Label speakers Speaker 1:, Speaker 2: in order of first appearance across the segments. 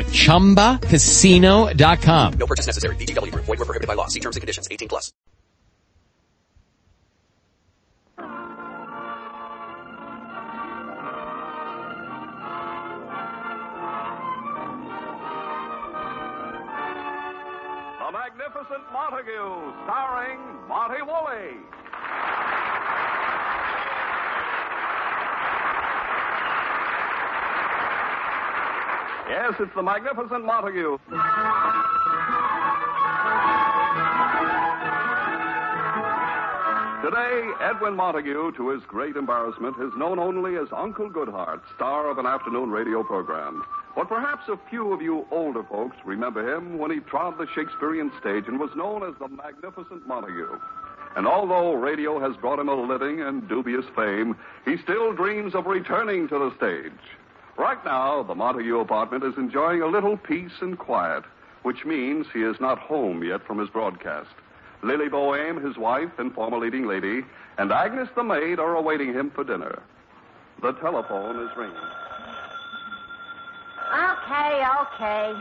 Speaker 1: at ChumbaCasino.com.
Speaker 2: No purchase necessary. BGW. Void were prohibited by law. See terms and conditions. 18 plus.
Speaker 3: The Magnificent Montague, starring Monty Woolley. Yes, it's the Magnificent Montague. Today, Edwin Montague, to his great embarrassment, is known only as Uncle Goodhart, star of an afternoon radio program. But perhaps a few of you older folks remember him when he trod the Shakespearean stage and was known as the Magnificent Montague. And although radio has brought him a living and dubious fame, he still dreams of returning to the stage. Right now, the Montague apartment is enjoying a little peace and quiet, which means he is not home yet from his broadcast. Lily Boehm, his wife and former leading lady, and Agnes the maid are awaiting him for dinner. The telephone is ringing.
Speaker 4: Okay, okay.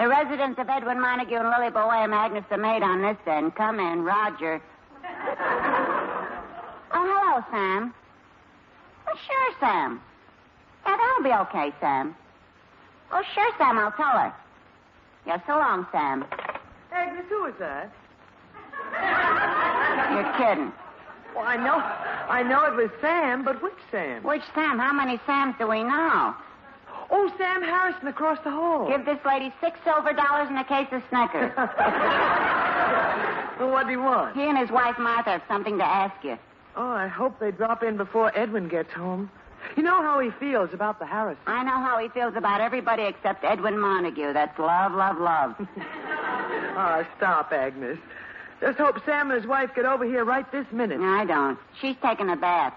Speaker 4: The residents of Edwin Montague and Lily Boy and Agnes the maid on this end. Come in, Roger. Oh, hello, Sam. Well, sure, Sam. Yeah, that'll be okay, Sam. Oh, sure, Sam, I'll tell her. Yeah, so long, Sam.
Speaker 5: Agnes, who is that?
Speaker 4: You're kidding.
Speaker 5: Well, I know, I know it was Sam, but which Sam?
Speaker 4: Which Sam? How many Sams do we know?
Speaker 5: Oh, Sam Harrison across the hall.
Speaker 4: Give this lady six silver dollars and a case of Snickers.
Speaker 5: Well, what do you want?
Speaker 4: he and his wife Martha have something to ask you.
Speaker 5: Oh, I hope they drop in before Edwin gets home. You know how he feels about the Harrison.
Speaker 4: I know how he feels about everybody except Edwin Montague. That's love, love, love.
Speaker 5: Ah, stop, Agnes. Just hope Sam and his wife get over here right this minute.
Speaker 4: No, I don't. She's taking a bath.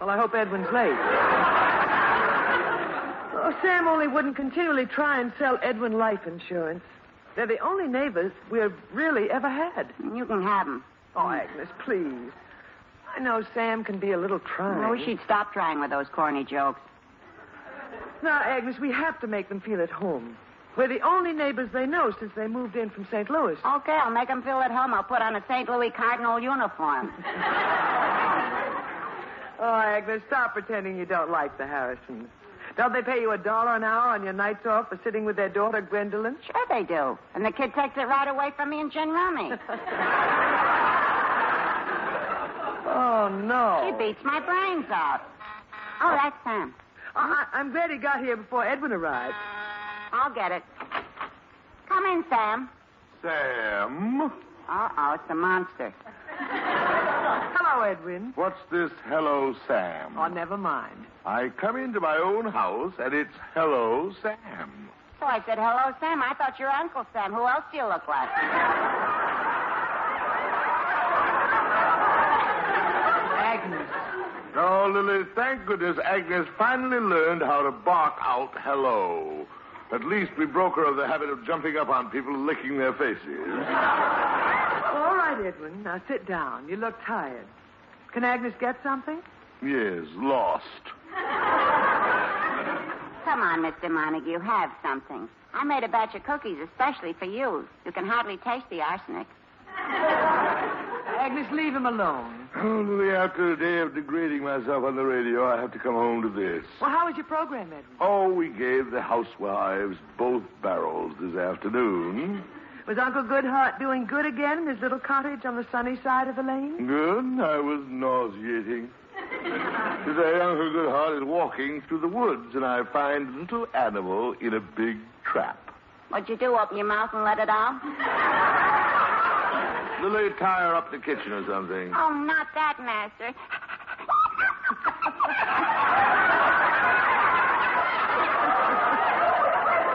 Speaker 5: Well, I hope Edwin's late. oh, Sam only wouldn't continually try and sell Edwin life insurance. They're the only neighbors we've really ever had.
Speaker 4: You can have him.
Speaker 5: Oh, Agnes, please. I know Sam can be a little trying.
Speaker 4: I wish she'd stop trying with those corny jokes.
Speaker 5: Now, Agnes, we have to make them feel at home. We're the only neighbors they know since they moved in from St. Louis.
Speaker 4: Okay, I'll make him feel at home. I'll put on a St. Louis Cardinal uniform.
Speaker 5: Oh, Agnes, stop pretending you don't like the Harrisons. Don't they pay you a dollar an hour on your nights off for sitting with their daughter, Gwendolyn?
Speaker 4: Sure they do. And the kid takes it right away from me and Gin Rummy.
Speaker 5: Oh, no.
Speaker 4: She beats my brains out. Oh, that's Sam.
Speaker 5: I- I- I'm glad he got here before Edwin arrived.
Speaker 4: I'll get it. Come in, Sam.
Speaker 6: Sam,
Speaker 4: Uh-oh, it's the monster.
Speaker 5: Hello, Edwin.
Speaker 6: what's this hello, Sam?
Speaker 5: Oh, never mind.
Speaker 6: I come into my own house and it's hello, Sam.
Speaker 4: So Oh, I said, hello, Sam. I thought you were Uncle Sam. Who else do you look like?
Speaker 5: Agnes.
Speaker 6: Oh, Lily, thank goodness Agnes finally learned how to bark out hello. At least we broke her of the habit of jumping up on people and licking their faces.
Speaker 5: All right, Edwin. Now sit down. You look tired. Can Agnes get something?
Speaker 6: yes, lost.
Speaker 4: Come on, Mr. Montague, have something. I made a batch of cookies especially for you. You can hardly taste the arsenic.
Speaker 5: Agnes, leave him alone.
Speaker 6: Oh, Lily, after a day of degrading myself on the radio, I have to come home to this.
Speaker 5: Well, how was your program, Edwin?
Speaker 6: Oh, we gave the housewives both barrels this afternoon.
Speaker 5: Was Was Uncle Goodhart doing good again in his little cottage on the sunny side of the lane?
Speaker 6: Good. I was nauseating. Today, Uncle Goodhart is walking through the woods, and I find little animal in a big trap.
Speaker 4: What'd you do? Open your mouth and let it out?
Speaker 6: Lily, tie her up to the kitchen or something.
Speaker 4: Oh, not that, Master.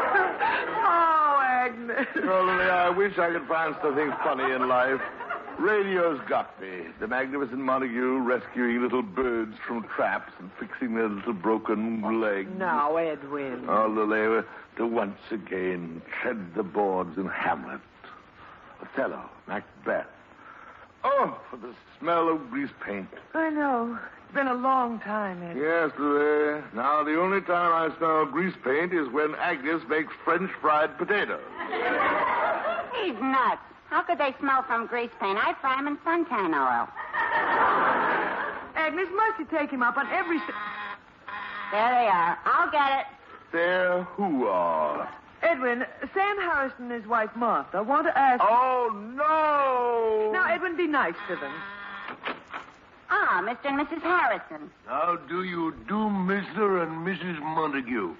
Speaker 5: Oh, Agnes.
Speaker 6: Oh, Lily, I wish I could find something funny in life. Radio's got me. The magnificent Montague rescuing little birds from traps and fixing their little broken legs.
Speaker 5: Now, Edwin.
Speaker 6: Oh, Lily, to once again tread the boards in Hamlet, Othello, Macbeth. Oh, for the smell of grease paint.
Speaker 5: I know. It's been a long time, Edwin.
Speaker 6: Yes, Lily. Now, the only time I smell grease paint is when Agnes makes French fried potatoes.
Speaker 4: He's nuts. How could they smell from grease paint? I fry them in suntan oil.
Speaker 5: Agnes, must you take him up on every... si-
Speaker 4: There they are. I'll get it.
Speaker 6: There who are.
Speaker 5: Edwin, Sam Harrison and his wife, Martha, want to ask...
Speaker 6: Oh, no!
Speaker 5: Now, Edwin, be nice to them.
Speaker 4: Ah, Mr. and Mrs. Harrison.
Speaker 7: How do you do, Mr. and Mrs. Montague?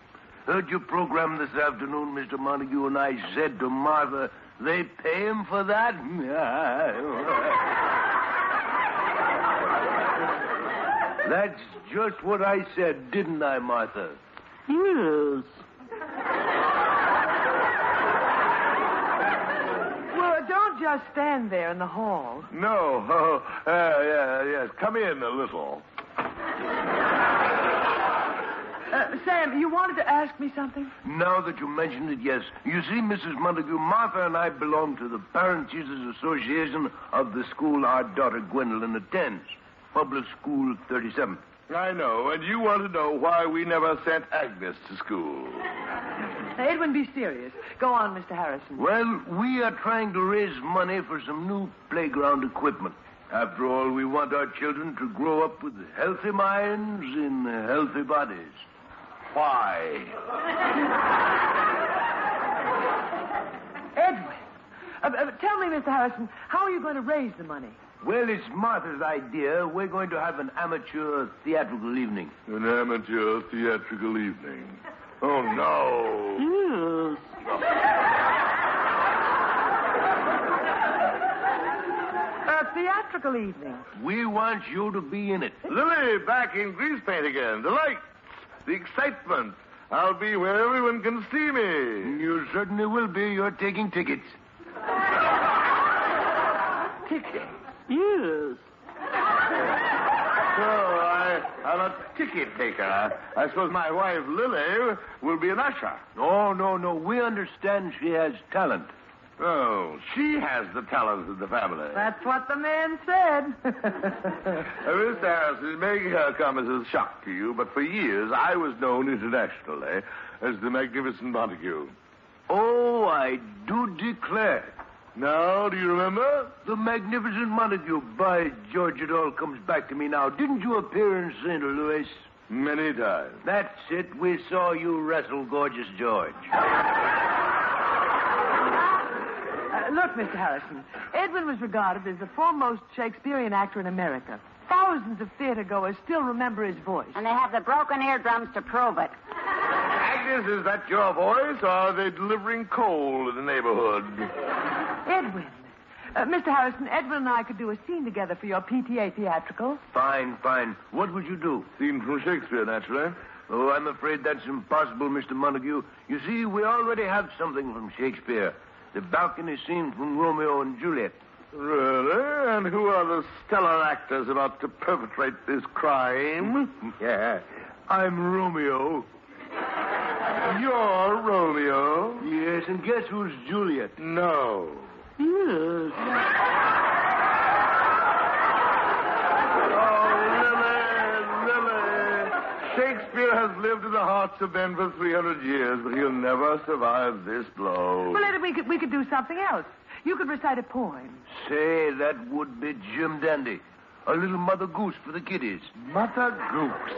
Speaker 7: Heard your program this afternoon, Mr. Montague, and I said to Martha, they pay him for that? That's just what I said, didn't I, Martha? Yes.
Speaker 5: Well, don't just stand there in the hall.
Speaker 6: No. Oh, uh, yeah, yes. Come in a little.
Speaker 5: Uh, Sam, you wanted to ask me something?
Speaker 7: Now that you mention it, yes. You see, Mrs. Montague, Martha and I belong to the Parent Teachers Association of the school our daughter Gwendolyn attends, Public School 37.
Speaker 6: I know, and you want to know why we never sent Agnes to school.
Speaker 5: Now, Edwin, be serious. Go on, Mr. Harrison.
Speaker 7: Well, we are trying to raise money for some new playground equipment. After all, we want our children to grow up with healthy minds in healthy bodies.
Speaker 6: Why?
Speaker 5: Edwin, uh, uh, tell me, Mr. Harrison, how are you going to raise the money?
Speaker 7: Well, it's Martha's idea. We're going to have an amateur theatrical evening.
Speaker 6: An amateur theatrical evening. Oh, no.
Speaker 5: A theatrical evening.
Speaker 7: We want you to be in it.
Speaker 6: Lily, back in grease paint again. The lights, the excitement. I'll be where everyone can see me.
Speaker 7: You certainly will be. You're taking tickets.
Speaker 5: Ticket.
Speaker 6: So I, I'm a ticket taker. I suppose my wife, Lily, will be an usher.
Speaker 7: Oh, no, no. We understand she has talent.
Speaker 6: Oh, she has the talents of the family.
Speaker 5: That's what the man said.
Speaker 6: Uh, Miss Harrison, making her come as a shock to you, but for years I was known internationally as the Magnificent Montague.
Speaker 7: Oh, I do declare.
Speaker 6: Now, do you remember?
Speaker 7: The magnificent Montague. By George, it all comes back to me now. Didn't you appear in St. Louis?
Speaker 6: Many times.
Speaker 7: That's it. We saw you wrestle Gorgeous George.
Speaker 5: Uh, look, Mr. Harrison, Edwin was regarded as the foremost Shakespearean actor in America. Thousands of theater goers still remember his voice.
Speaker 4: And they have the broken eardrums to prove it.
Speaker 6: Agnes, is that your voice, or are they delivering coal in the neighborhood?
Speaker 5: Edwin. Uh, Mr. Harrison, Edwin and I could do a scene together for your PTA theatrical.
Speaker 7: Fine, fine. What would you do?
Speaker 6: Scene from Shakespeare, naturally.
Speaker 7: Oh, I'm afraid that's impossible, Mr. Montague. You see, we already have something from Shakespeare. The balcony scene from Romeo and Juliet.
Speaker 6: Really? And who are the stellar actors about to perpetrate this crime?
Speaker 7: Yeah. I'm Romeo.
Speaker 6: You're Oh, Romeo.
Speaker 7: Yes, and guess who's Juliet?
Speaker 6: No. Oh, Lily, Lily. Shakespeare has lived in the hearts of men for 300 years, but he'll never survive this blow.
Speaker 5: Well, Edwin, we could, we could do something else. You could recite a poem.
Speaker 7: Say, that would be Jim Dandy. A little mother goose for the kiddies.
Speaker 6: Mother Goose.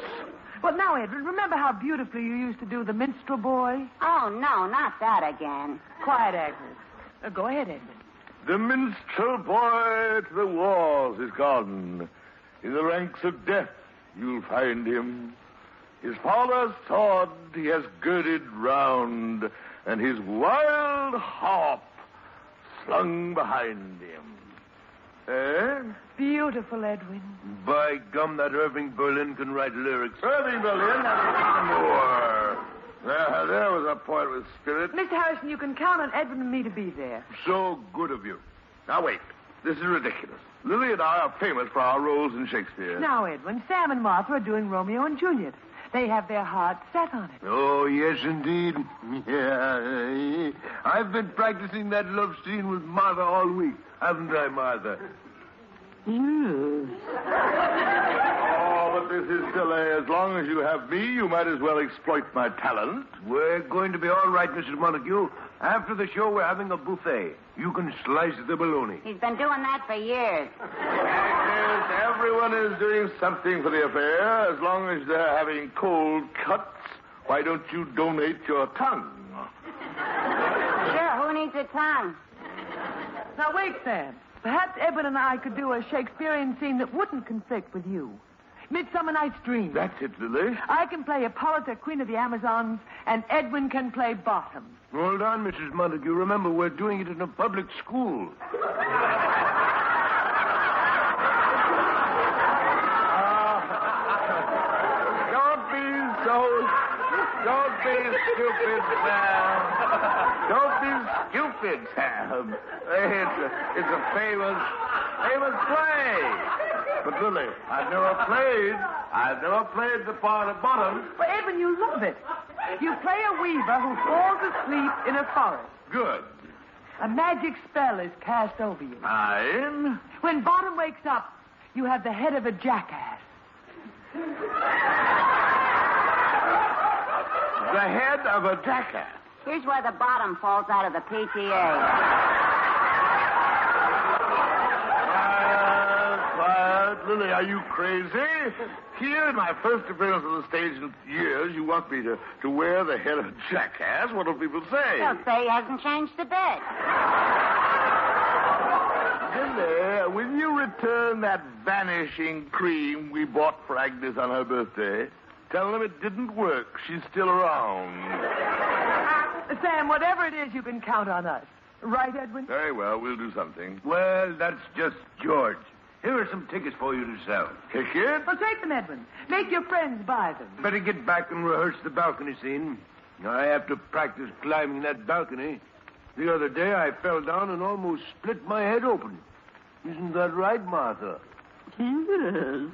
Speaker 5: Well, now, Edwin, remember how beautifully you used to do the minstrel boy?
Speaker 4: Oh, no, not that again.
Speaker 5: Quiet, Agnes. Uh, go ahead, Edwin.
Speaker 6: The minstrel boy to the walls is gone. In the ranks of death you'll find him. His father's sword he has girded round, and his wild harp slung behind him. Eh?
Speaker 5: Beautiful, Edwin.
Speaker 7: By gum, that Irving Berlin can write lyrics.
Speaker 6: Irving Berlin, and more. There, there was a poet with spirit.
Speaker 5: Mr. Harrison, you can count on Edwin and me to be there.
Speaker 6: So good of you. Now wait. This is ridiculous. Lily and I are famous for our roles in Shakespeare.
Speaker 5: Now, Edwin, Sam and Martha are doing Romeo and Juliet. They have their hearts set on it.
Speaker 7: Oh, yes, indeed. Yeah. I've been practicing that love scene with Martha all week, haven't I, Martha?
Speaker 6: Oh, but this is silly. As long as you have me, you might as well exploit my talent.
Speaker 7: We're going to be all right, Mrs. Montague. After the show, we're having a buffet. You can slice the bologna.
Speaker 4: He's been doing that for years.
Speaker 6: Agnes, everyone is doing something for the affair. As long as they're having cold cuts, why don't you donate your tongue?
Speaker 4: Sure, who needs a tongue?
Speaker 5: Now, wait, Sam. Perhaps Edwin and I could do a Shakespearean scene that wouldn't conflict with you. Midsummer Night's Dream.
Speaker 6: That's it, Lily.
Speaker 5: I can play Hippolyta, Queen of the Amazons, and Edwin can play Bottom.
Speaker 7: Hold on, Mrs. Montague. Remember, we're doing it in a public school.
Speaker 6: Don't be so. Don't be stupid, Sam. Don't be stupid, Sam. It's a, it's a famous, famous play. But Lily, I've never played. I've never played the part of Bottom.
Speaker 5: Well, Edwin, you love it. You play a weaver who falls asleep in a forest.
Speaker 6: Good.
Speaker 5: A magic spell is cast over you.
Speaker 6: Nine.
Speaker 5: When Bottom wakes up, you have the head of a jackass.
Speaker 6: The head of a jackass.
Speaker 4: Here's where the bottom falls out of the PTA.
Speaker 6: Quiet, quiet. Lily, are you crazy? Here, in my first appearance on the stage in years, you want me to, to wear the head of a jackass? What'll people say?
Speaker 4: They'll say he hasn't changed a bit.
Speaker 6: Lily, will you return that vanishing cream we bought for Agnes on her birthday? Tell them it didn't work. She's still around.
Speaker 5: Sam, whatever it is, you can count on us. Right, Edwin?
Speaker 6: Very well, we'll do something.
Speaker 7: Well, that's just George. Here are some tickets for you to sell.
Speaker 6: Kick it?
Speaker 5: Well, take them, Edwin. Make your friends buy them.
Speaker 7: Better get back and rehearse the balcony scene. I have to practice climbing that balcony. The other day I fell down and almost split my head open. Isn't that right, Martha? Yes.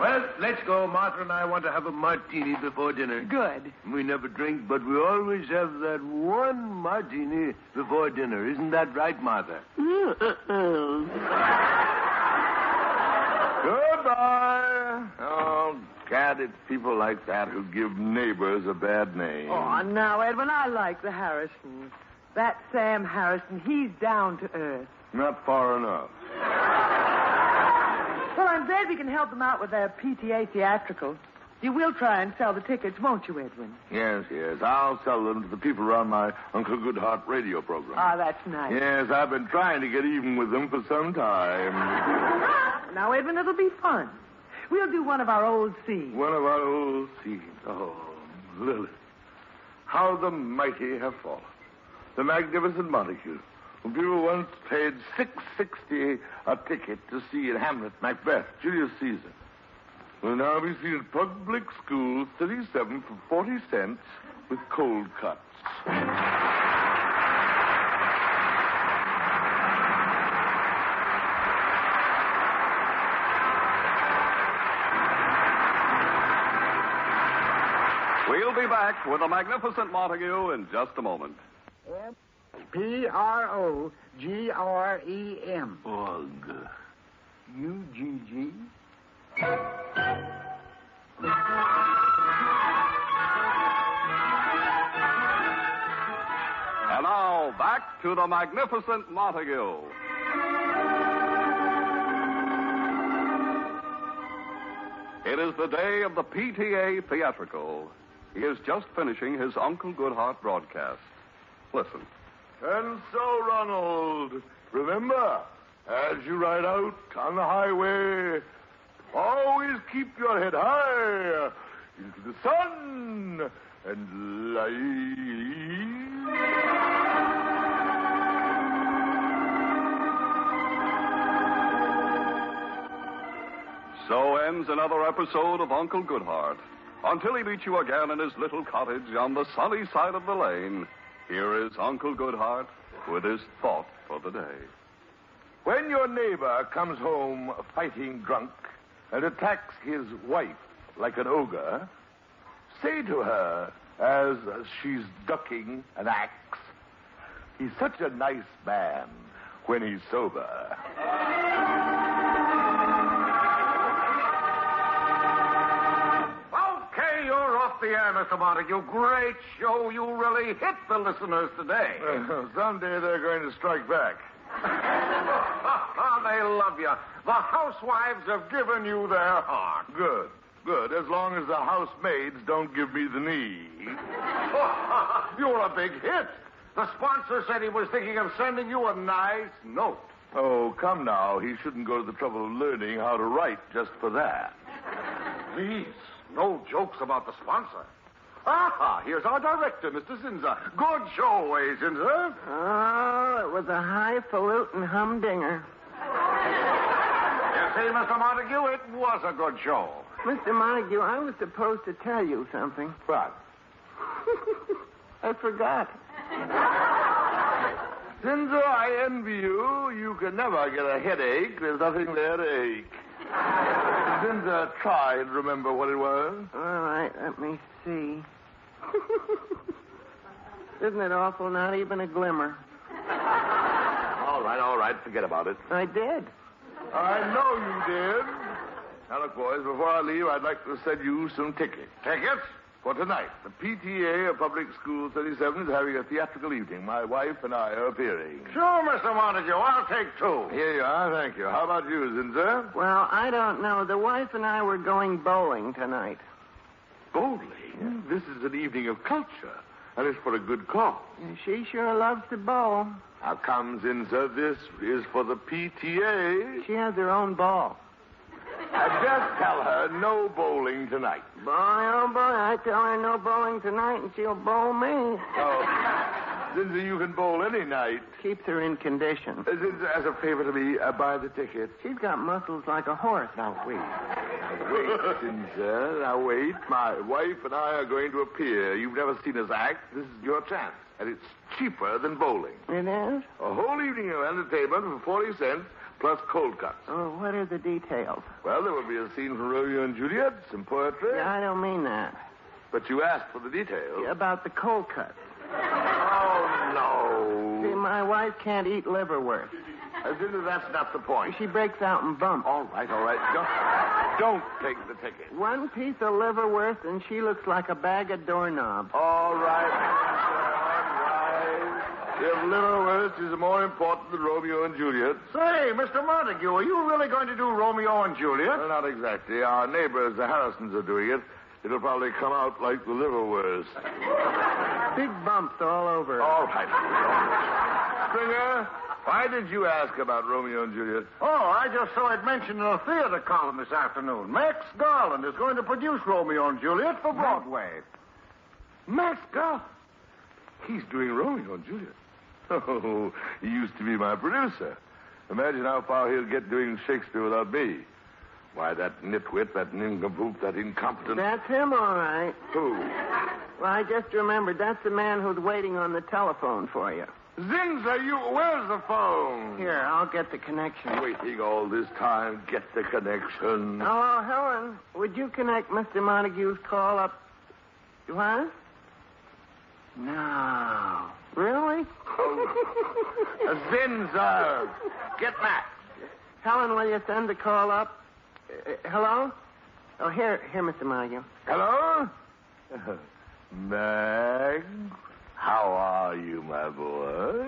Speaker 7: Well, let's go. Martha and I want to have a martini before dinner.
Speaker 5: Good.
Speaker 7: We never drink, but we always have that one martini before dinner. Isn't that right, Martha?
Speaker 6: Goodbye. Oh, God, it's people like that who give neighbors a bad name.
Speaker 5: Oh, now, Edwin, I like the Harrison. That Sam Harrison, he's down to earth.
Speaker 6: Not far enough.
Speaker 5: Well, I'm glad we can help them out with their PTA theatricals. You will try and sell the tickets, won't you, Edwin?
Speaker 6: Yes, yes. I'll sell them to the people around my Uncle Goodhart radio program.
Speaker 5: Ah, that's nice.
Speaker 6: yes, I've been trying to get even with them for some time.
Speaker 5: Now, Edwin, it'll be fun. We'll do one of our old scenes.
Speaker 6: One of our old scenes. Oh, Lily. How the mighty have fallen. The magnificent Montague, whom people once paid six sixty a ticket to see in Hamlet, Macbeth, Julius Caesar, will now be seen at public schools thirty-seven for forty cents with cold cuts.
Speaker 3: We'll be back with the magnificent Montague in just a moment.
Speaker 8: P R O G R E M.
Speaker 7: Ugh.
Speaker 8: U G G.
Speaker 3: And now, back to the magnificent Montague. It is the day of the PTA theatrical. He is just finishing his Uncle Goodhart broadcast. Listen.
Speaker 6: And so, Ronald, remember, as you ride out on the highway, always keep your head high into the sun and lie.
Speaker 3: So ends another episode of Uncle Goodhart. Until he meets you again in his little cottage on the sunny side of the lane, here is Uncle Goodhart with his thought for the day.
Speaker 6: When your neighbor comes home fighting drunk and attacks his wife like an ogre, say to her as she's ducking an axe, he's such a nice man when he's sober.
Speaker 9: Okay, you're off the air, Mr. Montague. Great show. You really hit the listeners today.
Speaker 6: Someday they're going to strike back.
Speaker 9: they love you. The housewives have given you their heart.
Speaker 6: Good, good. As long as the housemaids don't give me the knee.
Speaker 9: You're a big hit. The sponsor said he was thinking of sending you a nice note.
Speaker 6: Oh, come now. He shouldn't go to the trouble of learning how to write just for that.
Speaker 9: Please, no jokes about the sponsor. Ah, here's our director, Mr. Zinza. Good show, way, Zinza.
Speaker 5: Oh, it was a highfalutin humdinger.
Speaker 9: You see, Mr. Montague, it was a good show.
Speaker 5: Mr. Montague, I was supposed to tell you something.
Speaker 6: But
Speaker 5: I forgot.
Speaker 6: Sinzo, I envy you. You can never get a headache. There's nothing there to ache. Zinza tried, remember what it was?
Speaker 5: All right, let me see. Isn't it awful? Not even a glimmer.
Speaker 6: All right, all right. Forget about it.
Speaker 5: I did.
Speaker 6: I know you did. Now, look, boys, before I leave, I'd like to send you some tickets.
Speaker 9: Tickets?
Speaker 6: For tonight, the PTA of Public School 37 is having a theatrical evening. My wife and I are appearing.
Speaker 9: Sure, Mr. Montague. I'll take two.
Speaker 6: Here you are. Thank you. How about you, Zinzer?
Speaker 5: Well, I don't know. The wife and I were going bowling tonight.
Speaker 6: Bowling? This is an evening of culture, and it's for a good cause.
Speaker 5: And She sure loves to bowl.
Speaker 6: How come, Zinzer? This is for the PTA.
Speaker 5: She has her own ball.
Speaker 6: Uh, just tell her no bowling tonight.
Speaker 5: Boy, oh boy, I tell her no bowling tonight and she'll bowl me.
Speaker 6: Oh, Zinzer, you can bowl any night.
Speaker 5: Keeps her in condition.
Speaker 6: Uh, Zinzer, as a favor to me, uh, buy the ticket.
Speaker 5: She's got muscles like a horse.
Speaker 6: Now wait. Now wait, Ginger. Now wait. My wife and I are going to appear. You've never seen us act. This is your chance. And it's cheaper than bowling.
Speaker 5: It is?
Speaker 6: A whole evening of entertainment for 40 cents plus cold cuts.
Speaker 5: Oh, what are the details?
Speaker 6: Well, there will be a scene from Romeo and Juliet, some poetry.
Speaker 5: Yeah, I don't mean that.
Speaker 6: But you asked for the details.
Speaker 5: About the cold cut.
Speaker 6: Oh,
Speaker 5: See,
Speaker 6: no.
Speaker 5: my wife can't eat liverwurst.
Speaker 6: Uh, Ginger, that's not the point.
Speaker 5: She breaks out in bumps.
Speaker 6: All right, all right. Don't, don't take the ticket.
Speaker 5: One piece of liverwurst and she looks like a bag of doorknobs.
Speaker 6: All right. All right. If Liverwurst is more important than Romeo and Juliet,
Speaker 9: Say, Mr. Montague, are you really going to do Romeo and Juliet?
Speaker 6: well, not exactly. Our neighbors, the Harrisons, are doing it. It'll probably come out like the Liverwurst.
Speaker 5: Big bumps all over. her.
Speaker 6: All right. Springer, why did you ask about Romeo and Juliet?
Speaker 9: Oh, I just saw it mentioned in a theater column this afternoon. Max Garland is going to produce Romeo and Juliet for Broadway.
Speaker 6: Max Goff. He's doing Romeo and Juliet. Oh, he used to be my producer. Imagine how far he'll get doing Shakespeare without me. Why, that nitwit, that nincompoop, that incompetent.
Speaker 5: That's him, all right.
Speaker 6: Who?
Speaker 5: Well, I just remembered that's the man who's waiting on the telephone for you.
Speaker 6: Zinza, you. Where's the phone?
Speaker 5: Here, I'll get the connection.
Speaker 6: Waiting all this time. Get the connection.
Speaker 5: Oh, Helen, would you connect Mr. Montague's call up? What? No. Really?
Speaker 6: Zinza! Get Max.
Speaker 5: Helen, will you send the call up? Uh, hello? Oh, here, here, Mr. Montague.
Speaker 6: Hello? Max? How are you, my boy?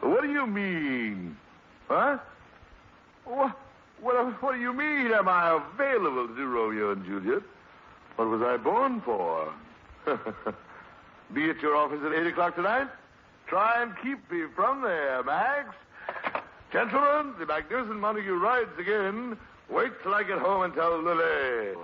Speaker 6: What do you mean? Huh? What, what, what do you mean? Am I available to do Romeo and Juliet? What was I born for? Be at your office at 8 o'clock tonight? Try and keep me from there, Max. Gentlemen, the magnificent Montague rides again. Wait till I get home and tell Lily.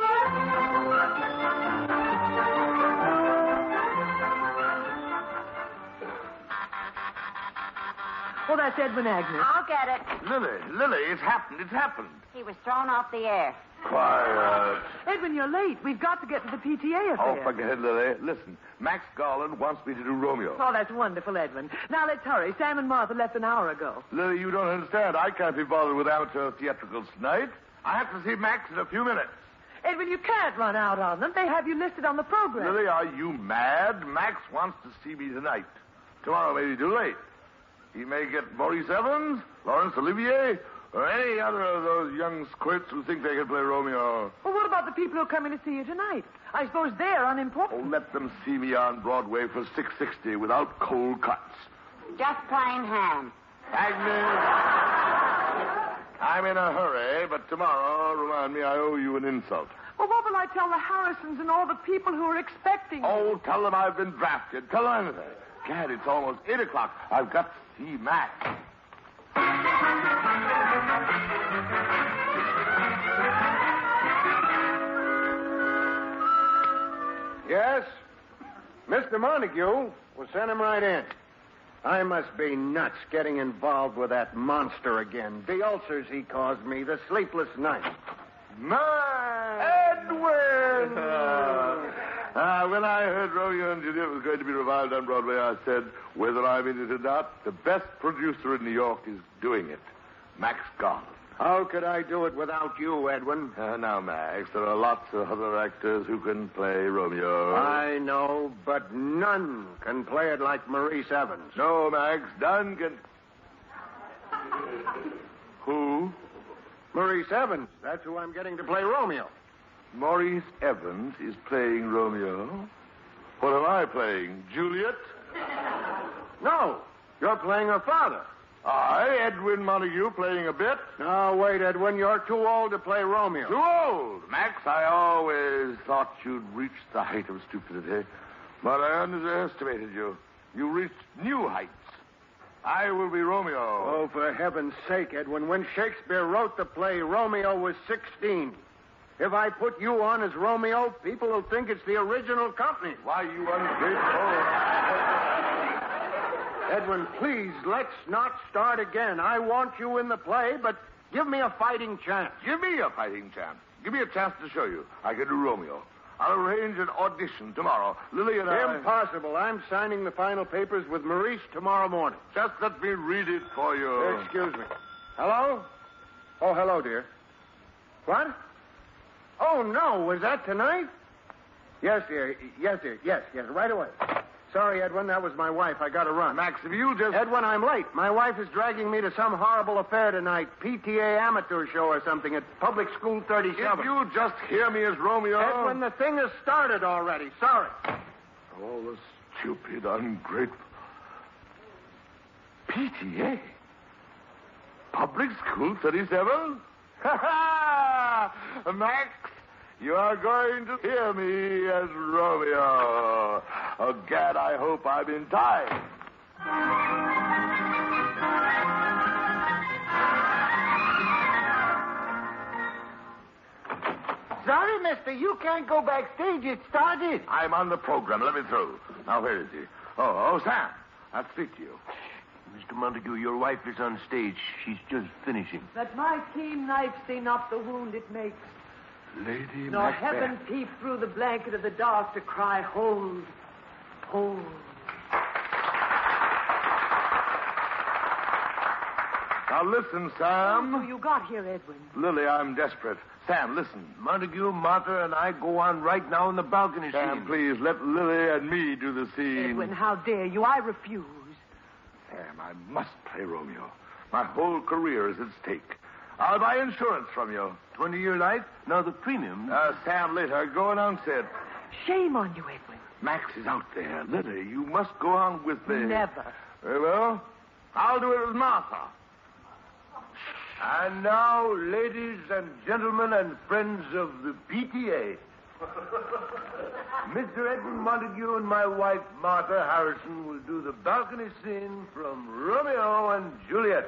Speaker 5: Well, that's Edwin Agnew.
Speaker 4: I'll get it.
Speaker 6: Lily, Lily, it's happened. It's happened.
Speaker 4: He was thrown off the air.
Speaker 6: Quiet.
Speaker 5: Edwin, you're late. We've got to get to the PTA
Speaker 6: Oh,
Speaker 5: affair.
Speaker 6: forget it, Lily. Listen, Max Garland wants me to do Romeo.
Speaker 5: Oh, that's wonderful, Edwin. Now let's hurry. Sam and Martha left an hour ago.
Speaker 6: Lily, you don't understand. I can't be bothered with amateur theatricals tonight. I have to see Max in a few minutes.
Speaker 5: Edwin, you can't run out on them. They have you listed on the program.
Speaker 6: Lily, are you mad? Max wants to see me tonight. Tomorrow may be too late. He may get Maurice Evans, Laurence Olivier, or any other of those young squirts who think they can play Romeo.
Speaker 5: Well, what about the people who are coming to see you tonight? I suppose they're unimportant.
Speaker 6: Oh, let them see me on Broadway for 660 without cold cuts.
Speaker 4: Just plain ham.
Speaker 6: Agnes! I'm in a hurry, but tomorrow, remind me, I owe you an insult.
Speaker 5: Well, what will I tell the Harrisons and all the people who are expecting you?
Speaker 6: Oh, tell them I've been drafted. Tell them anything. Gad, it's almost 8 o'clock. I've got to see Max.
Speaker 8: Yes? Mr. Montague? Well, send him right in. I must be nuts getting involved with that monster again. The ulcers he caused me, the sleepless night.
Speaker 6: My Edwin! Ah, when I heard Romeo and Juliet was going to be revived on Broadway, I said, whether I'm in it or not, the best producer in New York is doing it. Max Garland.
Speaker 8: How could I do it without you, Edwin?
Speaker 6: Uh, now, Max, there are lots of other actors who can play Romeo.
Speaker 8: I know, but none can play it like Maurice Evans.
Speaker 6: No, Max, none can. Who?
Speaker 8: Maurice Evans, that's who I'm getting to play Romeo.
Speaker 6: Maurice Evans is playing Romeo. What am I playing? Juliet?
Speaker 8: No, you're playing her father.
Speaker 6: I, Edwin Montague, playing a bit?
Speaker 8: Now, Ah, wait, Edwin, you're too old to play Romeo.
Speaker 6: Too old, Max. I always thought you'd reached the height of stupidity, but I underestimated you. You reached new heights. I will be Romeo.
Speaker 8: Oh, for heaven's sake, Edwin. When Shakespeare wrote the play, Romeo was 16. If I put you on as Romeo, people will think it's the original company.
Speaker 6: Why, you ungrateful.
Speaker 8: Edwin, please, let's not start again. I want you in the play, but give me a fighting chance.
Speaker 6: Give me a fighting chance. Give me a chance to show you. I can do Romeo. I'll arrange an audition tomorrow. Lily and I.
Speaker 8: Impossible. I'm signing the final papers with Maurice tomorrow morning.
Speaker 6: Just let me read it for you.
Speaker 8: Excuse me. Hello? Oh, hello, dear. What? Oh, no. Was that tonight? Yes, dear. Yes, dear. Yes, yes. Right away. Sorry, Edwin. That was my wife. I got to run.
Speaker 6: Max, if you just.
Speaker 8: Edwin, I'm late. My wife is dragging me to some horrible affair tonight. PTA amateur show or something at Public School 37.
Speaker 6: if you just hear me as Romeo.
Speaker 8: Edwin, the thing has started already. Sorry.
Speaker 6: All the stupid, ungrateful. PTA? Public School 37? Ha ha! Max, you are going to hear me as Romeo. Oh, gad, I hope I'm in time.
Speaker 8: Sorry, mister. You can't go backstage. It started.
Speaker 6: I'm on the program. Let me through. Now, where is he? Oh, oh, Sam. I'll speak to you.
Speaker 7: Mr. Montague, your wife is on stage. She's just finishing.
Speaker 5: That my keen knife see not the wound it makes,
Speaker 6: Lady
Speaker 5: nor
Speaker 6: Macbeth.
Speaker 5: heaven peep through the blanket of the dark to cry, hold, hold.
Speaker 6: Now, listen,
Speaker 8: Um,
Speaker 5: How
Speaker 6: Sam.
Speaker 5: you got here, Edwin?
Speaker 6: Lily, I'm desperate. Sam, listen.
Speaker 7: Montague, Martha, and I go on right now in the balcony
Speaker 6: Sam,
Speaker 7: scene.
Speaker 6: please, let Lily and me do the scene.
Speaker 5: Edwin, how dare you? I refuse.
Speaker 6: Sam, I must play Romeo. My whole career is at stake. I'll buy insurance from you.
Speaker 7: 20 year life? Now the premium.
Speaker 6: Uh, Sam, later. Go announce it.
Speaker 5: Shame on you, Edwin.
Speaker 6: Max is out there. Lily, you must go on with the...
Speaker 5: Never.
Speaker 6: Very well. I'll do it with Martha.
Speaker 7: And now, ladies and gentlemen and friends of the PTA, Mr. Edwin Montague and my wife, Martha Harrison, will do the balcony scene from Romeo and Juliet.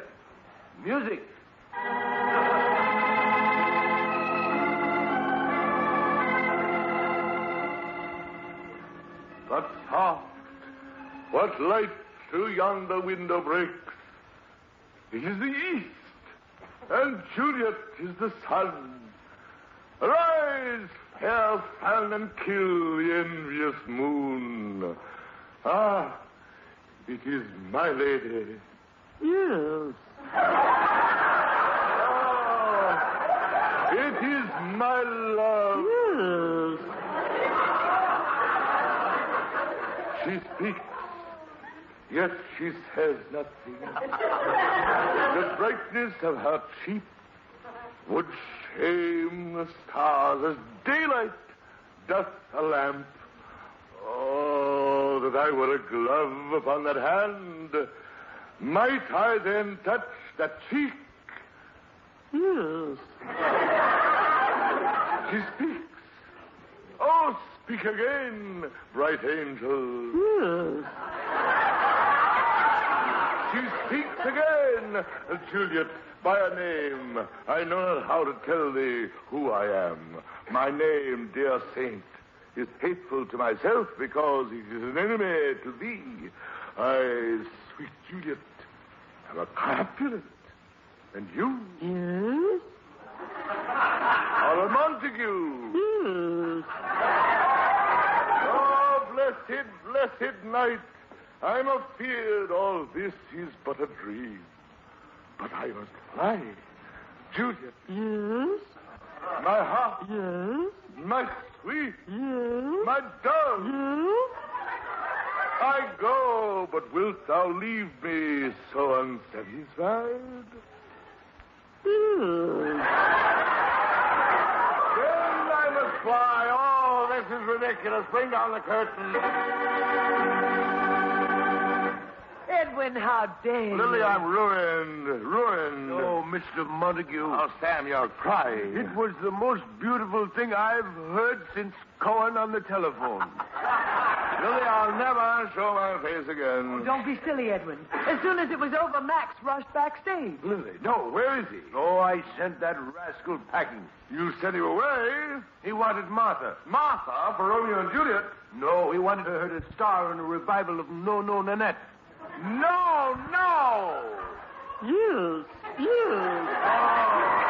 Speaker 7: Music.
Speaker 6: But soft, what light through yonder window breaks? It is the east, and Juliet is the sun. Arise, fair sun, and kill the envious moon. Ah, it is my lady.
Speaker 5: You.
Speaker 6: It is my love. She speaks, yet she says nothing. the brightness of her cheek would shame the stars as daylight doth a lamp. Oh, that I were a glove upon that hand, might I then touch that cheek? She speaks. Oh, speak again, bright angel. She speaks again, Juliet, by a name. I know not how to tell thee who I am. My name, dear saint, is hateful to myself because it is an enemy to thee. I, sweet Juliet, am a corpulent, and you
Speaker 5: You.
Speaker 6: are a Montague. Oh, blessed, blessed night. I'm afeard all this is but a dream. But I must fly. Juliet,
Speaker 5: Yes.
Speaker 6: my heart, Hmm?
Speaker 5: Yes.
Speaker 6: my sweet,
Speaker 5: Yes.
Speaker 6: my dove,
Speaker 5: Yes.
Speaker 6: I go, but wilt thou leave me so unsatisfied? Then I must fly. Oh, this is ridiculous. Bring down the curtain.
Speaker 5: Edwin, how dare you?
Speaker 6: Lily, I'm ruined. Ruined.
Speaker 7: Oh, Mr. Montague.
Speaker 6: Oh, Sam, you're crying.
Speaker 7: It was the most beautiful thing I've heard since Cohen on the telephone.
Speaker 6: Lily, I'll never show my face
Speaker 7: Oh,
Speaker 6: again.
Speaker 5: Don't be silly, Edwin. As soon as it was over, Max rushed backstage.
Speaker 7: Lily, no, where is he? Oh, I sent that rascal packing.
Speaker 6: You sent him away?
Speaker 7: He wanted Martha.
Speaker 6: Martha for Romeo and Juliet?
Speaker 7: No, he wanted her to star in a revival of No No Nanette.
Speaker 6: No, no!
Speaker 5: Yes.
Speaker 6: Hmm.
Speaker 5: Yes.
Speaker 7: Oh.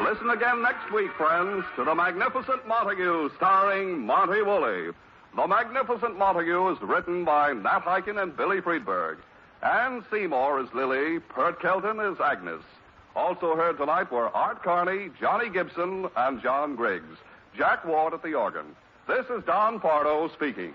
Speaker 3: Listen again next week, friends, to The Magnificent Montague, starring Monty Woolley. The Magnificent Montague is written by Nat Hiken and Billy Friedberg. Ann Seymour is Lily, Pert Kelton is Agnes. Also heard tonight were Art Carney, Johnny Gibson, and John Griggs. Jack Ward at the organ. This is Don Pardo speaking.